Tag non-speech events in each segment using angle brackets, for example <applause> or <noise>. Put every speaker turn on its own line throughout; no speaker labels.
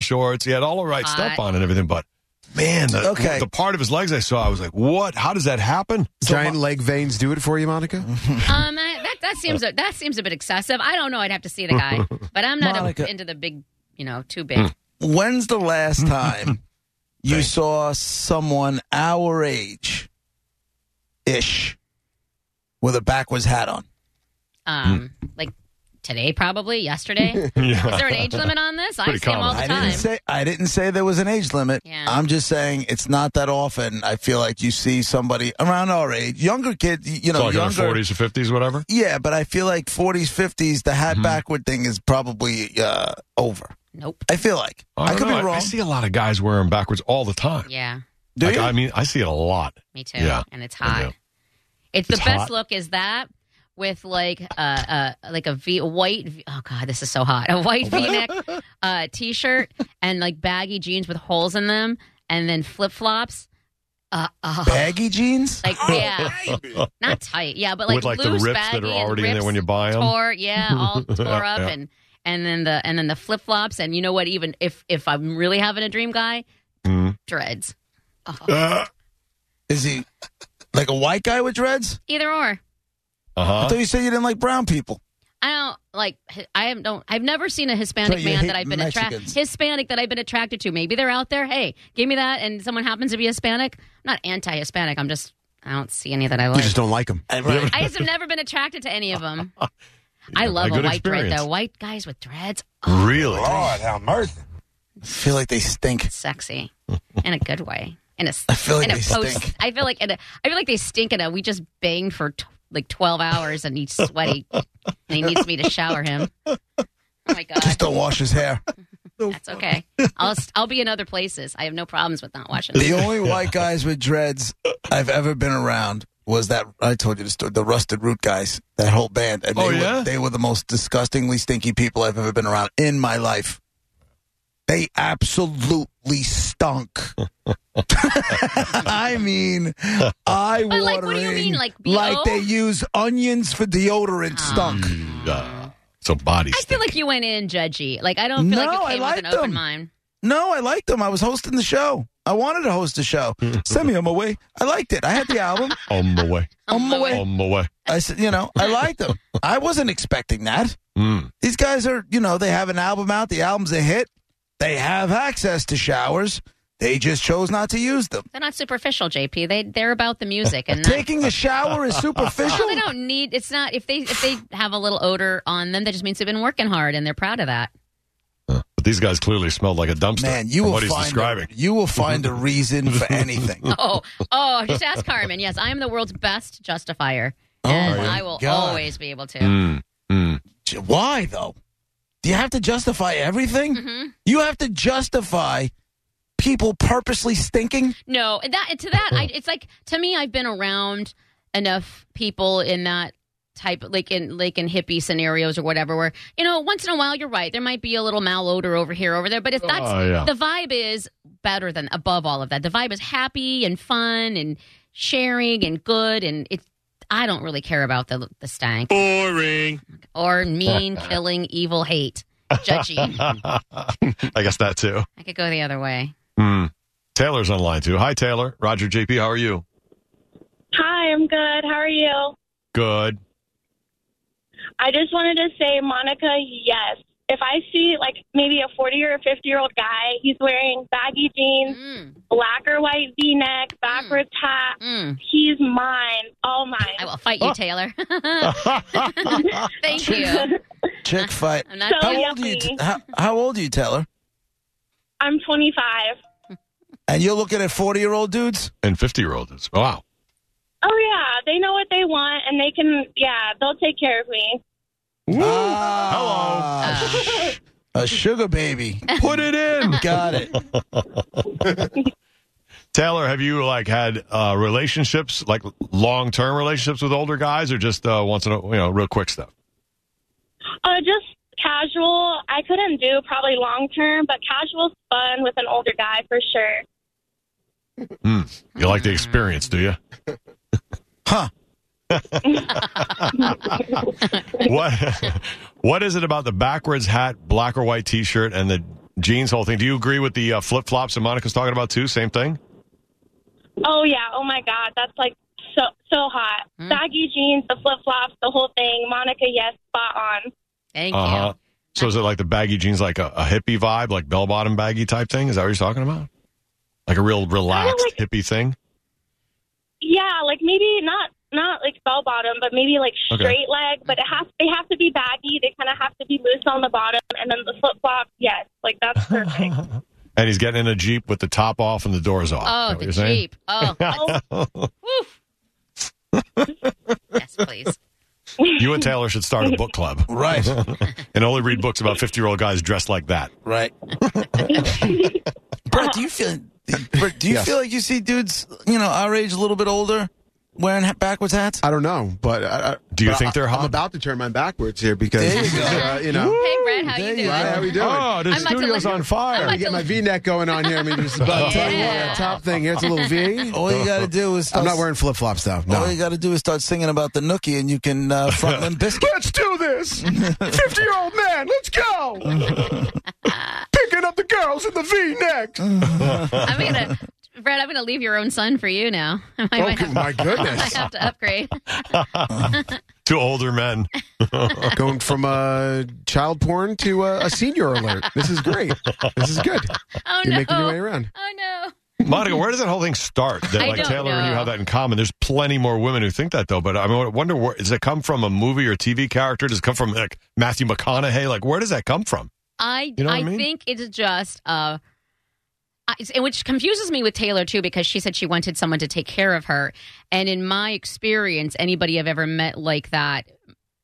shorts. He had all the right
Hot.
stuff on and everything, but man, the,
Okay.
the part of his legs I saw, I was like, what? How does that happen?
Giant leg veins do it for you, Monica?
Um, I- that that seems a, that seems a bit excessive. I don't know. I'd have to see
<laughs>
the guy, but I'm not a-
Monica.
into the big, you know, too
Hmm.
big.
When's
<laughs>
the last time you saw someone our age ish with a backwards hat on?
Um,
Hmm.
like today, probably yesterday.
Yeah.
Is there an age limit on this? I
Pretty
see them all
common.
the
I
time.
didn't say I didn't say there was an age limit.
Yeah.
I'm just saying it's not that often. I feel like you see somebody around our age, younger kids, you know,
like in the
younger.
40s or 50s, whatever.
Yeah, but I feel like 40s, 50s, the
Mm-hmm.
hat backward thing is probably uh, over.
nope.
I feel like I,
don't
could
know.
be wrong.
I see a lot of guys wearing backwards all the time.
Yeah,
Do
Like,
you?
I mean, I see it a lot.
me too.
Yeah,
and it's
I
hot.
do.
It's the
It's
best
hot.
look is that with like uh, uh like a v a white v- oh god this is so hot a
<laughs>
white v neck uh t shirt and like baggy jeans with holes in them and then flip flops. Uh, uh,
Baggy jeans.
Like yeah, not tight. Yeah, but like
With like the
loose,
rips
baggy,
that are
and
already in there
rips
when you buy 'em.
Tore, yeah,
<laughs>
all tore up,
Yeah.
and and then the and then the flip flops, and you know what? Even if if I'm really having a dream guy,
<laughs>
Mhm.
dreads,
Uh
Is he like a white guy with dreads?
either or.
I
huh.
thought you said you didn't like brown people.
I don't like. I am don't. I've never seen a Hispanic
So you
man
hate
that I've been attracted.
Mexicans.
Hispanic that I've been attracted to. Maybe they're out there. Hey, give me that. And someone happens to be Hispanic. I'm not anti-Hispanic. I'm just. I don't see any that I
You
like.
just don't like them.
I just have never been attracted to any of them. I love
a
a,
good
white dread
experience.
though. White guys with dreads,
Really?
I feel like they stink. <laughs>
sexy in a good way. In a,
I feel like
in a
they
post,
stink.
I feel like in a, I feel like they stink. In a, we just banged for t- like twelve hours, and he's sweaty, and he needs me to shower him. Oh my god,
Just don't wash his hair.
that's okay. I'll s- I'll be in other places. I have no problems with not watching.
The only white guys with dreads I've ever been around was that I told you the story, the Rusted Root guys, that whole band. And
Oh,
they
yeah?
were, they were the most disgustingly stinky people I've ever been around in my life. They absolutely stunk. <laughs> I
<laughs>
mean, eye watering.
But, like, what do you mean, like, B.O.?
like they use onions for deodorant stunk.
Uh, so bodies.
I feel like you went in judgy. Like I don't feel
No,
like
I
you came with an
liked
open
them.
mind.
No, I liked them. I was hosting the show. I wanted to host the
<laughs>
show. Send me on my way. I liked it. I had the album.
on the
<laughs>
way.
On
Oh,
my way.
On the way.
I said, you know, I liked them. I wasn't expecting that.
Mm.
These guys are, you know, they have an album out. The album's a hit. They have access to showers. They just chose not to use them.
They're not superficial, JP. They they're about the music and not,
Taking a shower is
Well, <laughs>
superficial.
they
<laughs>
don't need. It's not if they if they have a little odor on them, that just means they've been working hard and they're proud of that. <laughs>
But these guys clearly smelled like a dumpster.
Man, you
from
will
what
find
he's describing.
A, you will find a reason
<laughs>
for anything.
oh, oh, just ask Carmen. Yes, I am the world's best justifier. and
Oh my
I will
God.
always be able to.
Mm. Mm.
J- Why though? Do you have to justify everything?
Mm-hmm.
You have to justify people purposely stinking.
No, and that to that, I, it's like to me, I've been around enough people in that type, like in like in hippie scenarios or whatever, where you know, once in a while, you're right, there might be a little malodor over here, over there, but if that's
Oh, yeah.
the vibe is better than above all of that. The vibe is happy and fun and sharing and good, and it's. I don't really care about the the stank.
Boring. <laughs>
or mean, killing, evil, hate, judgy.
I guess that too.
I could go the other way.
Mm. Taylor's online too. Hi, Taylor. Roger JP, how are you?
Hi, I'm good. How are you?
Good.
I just wanted to say, Monica, yes. If I see like maybe a 40 or a 50 year old guy, he's wearing baggy jeans,
Mm,
black or white v neck, backwards hat,
mm.
he's mine, all mine.
I will fight
Oh. <laughs>
you, Taylor. <laughs> Thank you.
Chick fight.
I'm not
So-
doing
How old are you? T- how, how old are you, Taylor?
I'm 25.
And you're looking at forty-year-old dudes.
And 50 year old is. Wow.
Oh, yeah. They know what they want and they can, yeah, they'll take care of me.
Ah, sh- A sugar baby.
Put it in.
Got it.
Taylor, have you like had uh, relationships, like long term relationships with older guys, or just uh, once in a you know real quick stuff?
Uh, just casual. I couldn't do probably long term, but casual's fun with an older guy for sure.
You like the experience, do you? <laughs>
Huh.
<laughs> What What is it about the backwards hat, black or white T-shirt, and the jeans whole thing. Do you agree with the uh, flip flops that Monica's talking about too? Same thing.
Oh yeah. Oh my God. That's like so so hot.
Mm.
Baggy jeans, the flip flops, the whole thing. Monica, yes, spot on.
Thank
Uh-huh.
you.
So is it like the baggy jeans, like a, a hippie vibe, like bell bottom baggy type thing? Is that what you're talking about? Like a real relaxed hippie thing?
Yeah, like maybe not not like bell bottom, but maybe like
Okay.
straight leg. But it has they have to be baggy. They kind of have to be loose on the bottom, and then the flip flops. Yes, like that's perfect.
And he's getting in a jeep with the top off and the doors off.
Oh,
Is that what you're
the
saying?
Jeep. Oh, that's,
<laughs>
woof. yes, please.
You and Taylor should start a book
<laughs>
club
Right.
and only read books about 50 year old guys dressed like that.
Right. Brett, do you feel? Brett, do you feel like you see dudes, you know, our age, a little bit older, wearing ha- backwards hats?
I don't know, but I, I-
Do you
but
think
I-
they're hot?
I'm about to turn my backwards here because
There you
uh, you know.
Hey, Brett, how you doing?
How we doing?
Oh, the
I'm about to
studio's
look-
on fire.
I'm
I
about
get
to-
my V-neck going on here. I mean, just about to tell you what,
Yeah.
that top thing. It's a little V.
All you got to do is. Start,
I'm not wearing flip-flops though.
All
No.
Oh. you got to do is start singing about the nookie, and you can uh, front
<laughs>
them biscuit.
Let's do this. Fifty-year-old man, let's go. Picking up the girls in the V-neck.
I'm
<laughs>
gonna, Brett. I'm gonna leave your own son for you now. <laughs> I might,
Oh
<laughs>
my
I
goodness!
have to upgrade.
Two older
<laughs>
men.
Going from uh, child porn to uh, a senior alert. This is great. This is good.
Oh
You're
no!
making your way around.
Oh no!
Monica, where does that whole thing start? That
I
like
don't
Taylor and you
know.
have that in common. There's plenty more women who think that though. But I, mean, I wonder, where, does it come from a movie or TV character? Does it come from like Matthew McConaughey? Like, where does that come from?
I
You know what
I
I mean?
think it's just uh, I, it's- and which confuses me with Taylor too because she said she wanted someone to take care of her, and in my experience, anybody I've ever met like that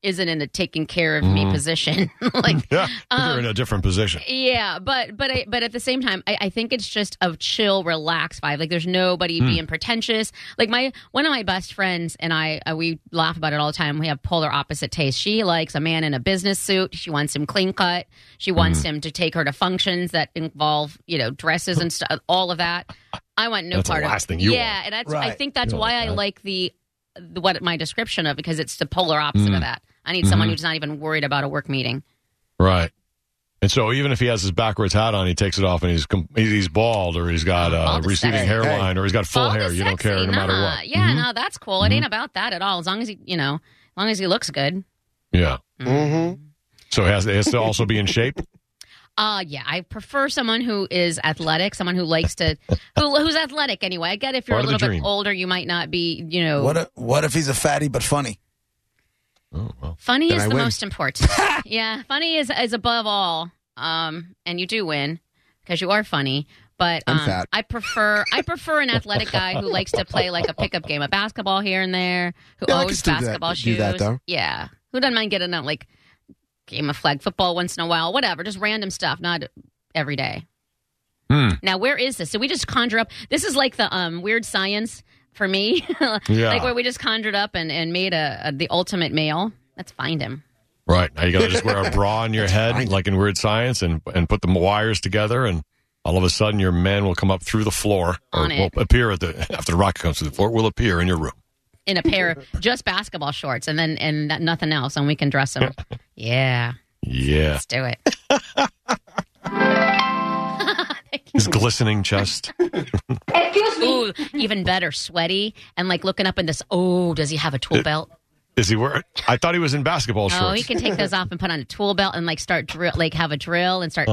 isn't in a taking care of
Mm-hmm.
me position. <laughs> like
Yeah,
Um,
you're in a different position.
Yeah, but but I, but at the same time, I, I think it's just a chill, relaxed vibe. Like there's nobody
Hmm.
being pretentious. Like my one of my best friends and I, uh, we laugh about it all the time. We have polar opposite tastes. She likes a man in a business suit. She wants him clean cut. She wants
Hmm.
him to take her to functions that involve you know dresses and stuff. All of that. I want no
That's the
part
last
of.
thing you
yeah, and that's, I
Right.
think that's
You don't
why
like
I
that.
like the, the what my description of because it's the polar opposite
Hmm.
of that. I need someone who's not even worried about a work meeting.
Right. And so even if he has his backwards hat on, he takes it off and he's com- he's bald or he's got a
Bald is
receding
sexy.
hairline or he's got full
Bald
hair.
is
You don't care
sexy,
no matter
nah.
what. Mm-hmm.
Yeah, no, that's cool. It ain't about that at all. As long as he, you know, as long as he looks good.
Yeah.
Mm-hmm.
So it has, it has to also be in shape.
Uh yeah, I prefer someone who is athletic, someone who likes to, who, who's athletic anyway. I get if you're
Part
a
of the
little bit
dream.
older, you might not be, you know,
What? If, what if he's a fatty but funny?
Oh, well.
funny
Then
is
I
the
win.
most
<laughs>
important. yeah, funny is is above all. Um, and you do win because you are funny. But
I'm
um,
fat.
I prefer I prefer an athletic guy who likes to play like a pickup game of basketball here and there, who
Yeah, I
owns
could do that-
basketball
do
shoes.
that, though.
Yeah, who doesn't mind getting out like game of flag football once in a while, whatever, just random stuff, not every day.
Hmm.
Now, where is this? Did we just conjure up? This is like the um, weird science for me, <laughs>
Yeah.
like where we just conjured up and and made a, a the ultimate male. Let's find him.
Right. Now you got to just wear a bra on
<laughs>
your head, like in Weird Science, and, and put the wires together, and all of a sudden your man will come up through the floor or
On
will
it.
appear at the, <laughs> after the rocket comes through the floor, will appear in your room.
in a pair of just basketball shorts and then and that, nothing else and we can dress them yeah
Yeah.
let's do it
His glistening
<laughs>
chest.
ooh even better sweaty and like looking up in this oh does he have a tool belt
Is he wearing? I thought he was in basketball Uh, shorts.
oh he can take those off and put on a tool belt and like start drill like have a drill
<laughs>
and start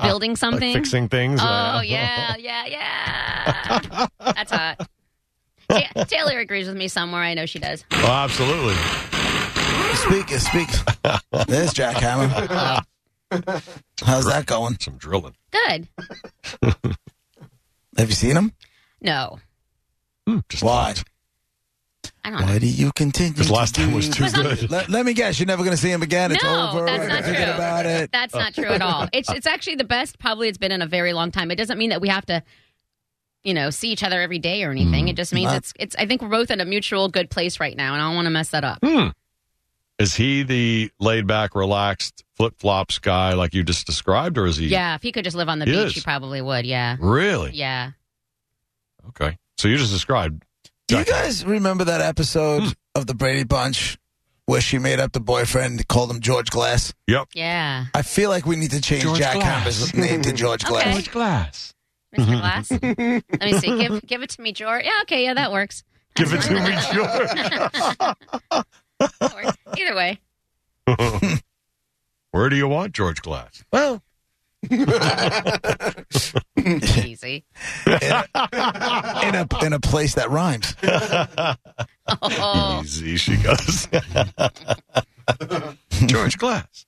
building
Like
something
fixing things.
oh yeah yeah yeah that's hot Ta- Taylor agrees with me somewhere. I know she does.
Oh, absolutely.
Speak, speak. There's Jack Hammer. How's that going?
Some drilling.
Good.
Have you seen him?
No,
Hmm, just
Why?
I don't. know.
Why do you continue?
Because last
to
time
do
was too
Because I'm- <laughs>
good.
Let, let me guess, you're never going to see him again. It's
No,
over.
that's not
Forget
true.
about it.
That's not true at all. It's it's actually the best probably it's been in a very long time. It doesn't mean that we have to you know, see each other every day or anything. It just means
Mm, Not-
it's it's I think we're both in a mutual good place right now and I don't want to mess that up.
Hmm. Is he the laid back, relaxed, flip flops guy like you just described, or is he?
Yeah, if he could just live on the
He
beach,
is.
he probably would. Yeah.
Really?
Yeah.
Okay. So you just described.
Do you
Jack Hammer. Hmm.
guys remember that episode of the Brady Bunch where she made up the boyfriend, called him George Glass.
Yep.
<laughs>
Yeah.
I feel like we need to change
George
Jack
Glass.
Hammer's name to
<laughs>
George
Okay.
Glass.
Glass.
Mr. Glass. Let me see. Give give it to me, George. Yeah, okay, yeah, that works.
Give it to
<laughs>
me, George.
That works. Either
<laughs>
way.
Where do you want George Glass?
Well,
Easy. <laughs>
in a in a place that rhymes.
Oh.
Easy, she goes. <laughs> George Glass.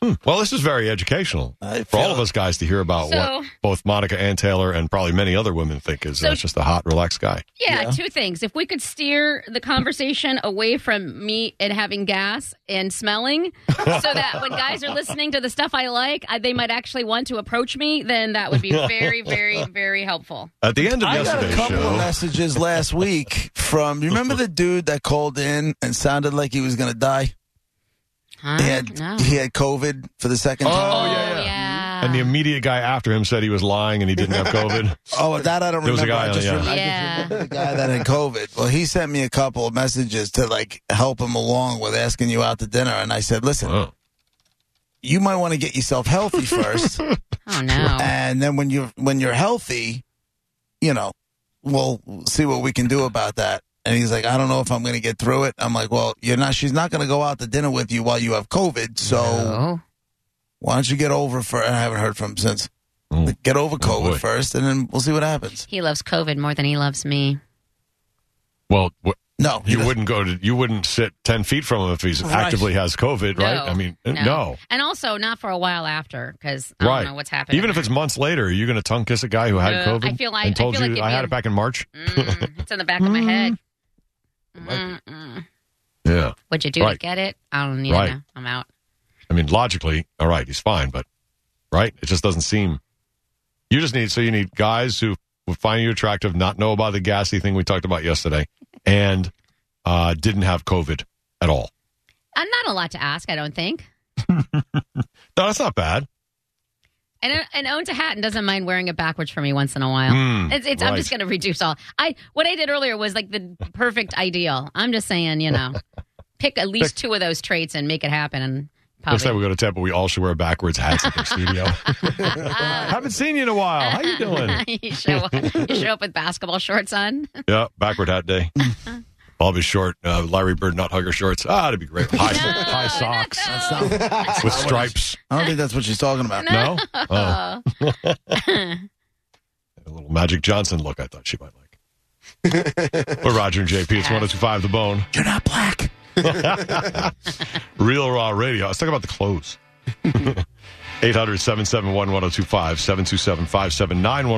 Hmm. Well, this is very educational
I
for all
feel-
of us guys to hear about
So-
what both Monica and Taylor and probably many other women think is
So-
uh, just a hot, relaxed guy.
Yeah, two things. If we could steer the conversation away from me and having gas and smelling, so that when guys are listening to the stuff I like, I, they might actually want to approach me, then
<laughs>
that would be very, very, very helpful.
At the end of
I got a
yesterday's
couple
show,
of messages last week from. You remember the dude that called in and sounded like he was going to die?
Huh?
He had
Mm, No.
he had COVID for the second time.
Oh, yeah, yeah.
yeah.
and the immediate guy after him said he was lying and he didn't have COVID.
Oh, that I don't
There was a
remember.
guy
I
on-
just
yeah.
remember
Yeah.
the guy that had COVID. Well, he sent me a couple of messages to like help him along with asking you out to dinner, and I said, "Listen,
<laughs> Wow.
you might want to get
<laughs>
yourself healthy first,
Oh no.
and then when you when you're healthy, you know, we'll see what we can do about that." And he's like, "I don't know if I'm going to get through it." I'm like, "Well, you're not. She's not going to go out to dinner with you while you have COVID, so."
Oh.
Why don't you get over for? And I haven't heard from him since.
Mm.
Like, Get over
Oh,
COVID
boy.
first, and then we'll see what happens.
He loves COVID more than he loves me.
Well, wh-
No, he
you
doesn't.
wouldn't go to, you wouldn't sit 10 feet from him if he's
Right.
actively has COVID, right?
No.
I mean, no.
And also not for a while after because I
Right.
don't know what's happening.
Even if it's months later, are you going to tongue kiss a guy who had
Uh,
COVID?
I feel like-
and
I
told
feel
you
like if
I had
you-
it back in March.
Mm, it's in the back of my head.
<laughs> might
Mm-mm.
Yeah,
What'd you do to
Right.
get it? I don't need
Right.
to know. I'm out.
I mean, logically, all right, he's fine, but right, it just doesn't seem. You just need so you need guys who would find you attractive, not know about the gassy thing we talked about yesterday, and uh, didn't have COVID at all.
I'm not a lot to ask, I don't think.
No, that's not bad.
And and own to Hatton doesn't mind wearing it backwards for me once in a while.
Mm,
it's, it's, I'm just going to reduce all. I what I did earlier was like the perfect ideal. I'm just saying,
<laughs>
you know, pick at least two of those traits and make it happen. And
Next time
<laughs> probably
we go to Temple, we all should wear backwards hats
<laughs>
at the studio. Haven't seen you in a while. How you doing?
Ah. <laughs> you, show, you show up with basketball shorts on.
Yeah, backward hat
<laughs>
day. I'll be short. Uh, Larry Bird not hugger shorts. Ah, that'd be great. High,
<laughs> No,
high
not
socks
<laughs>
That's
<laughs>
not-
with stripes.
I don't think that's what she's talking about.
<laughs>
No, oh,
Oh.
a little Magic Johnson look. I thought she might like. We're Roger and JP. It's one oh two five. The Bone.
You're not black.
Real Raw Radio. Let's talk about the <laughs> oh clothes. 800 771 1025 727 579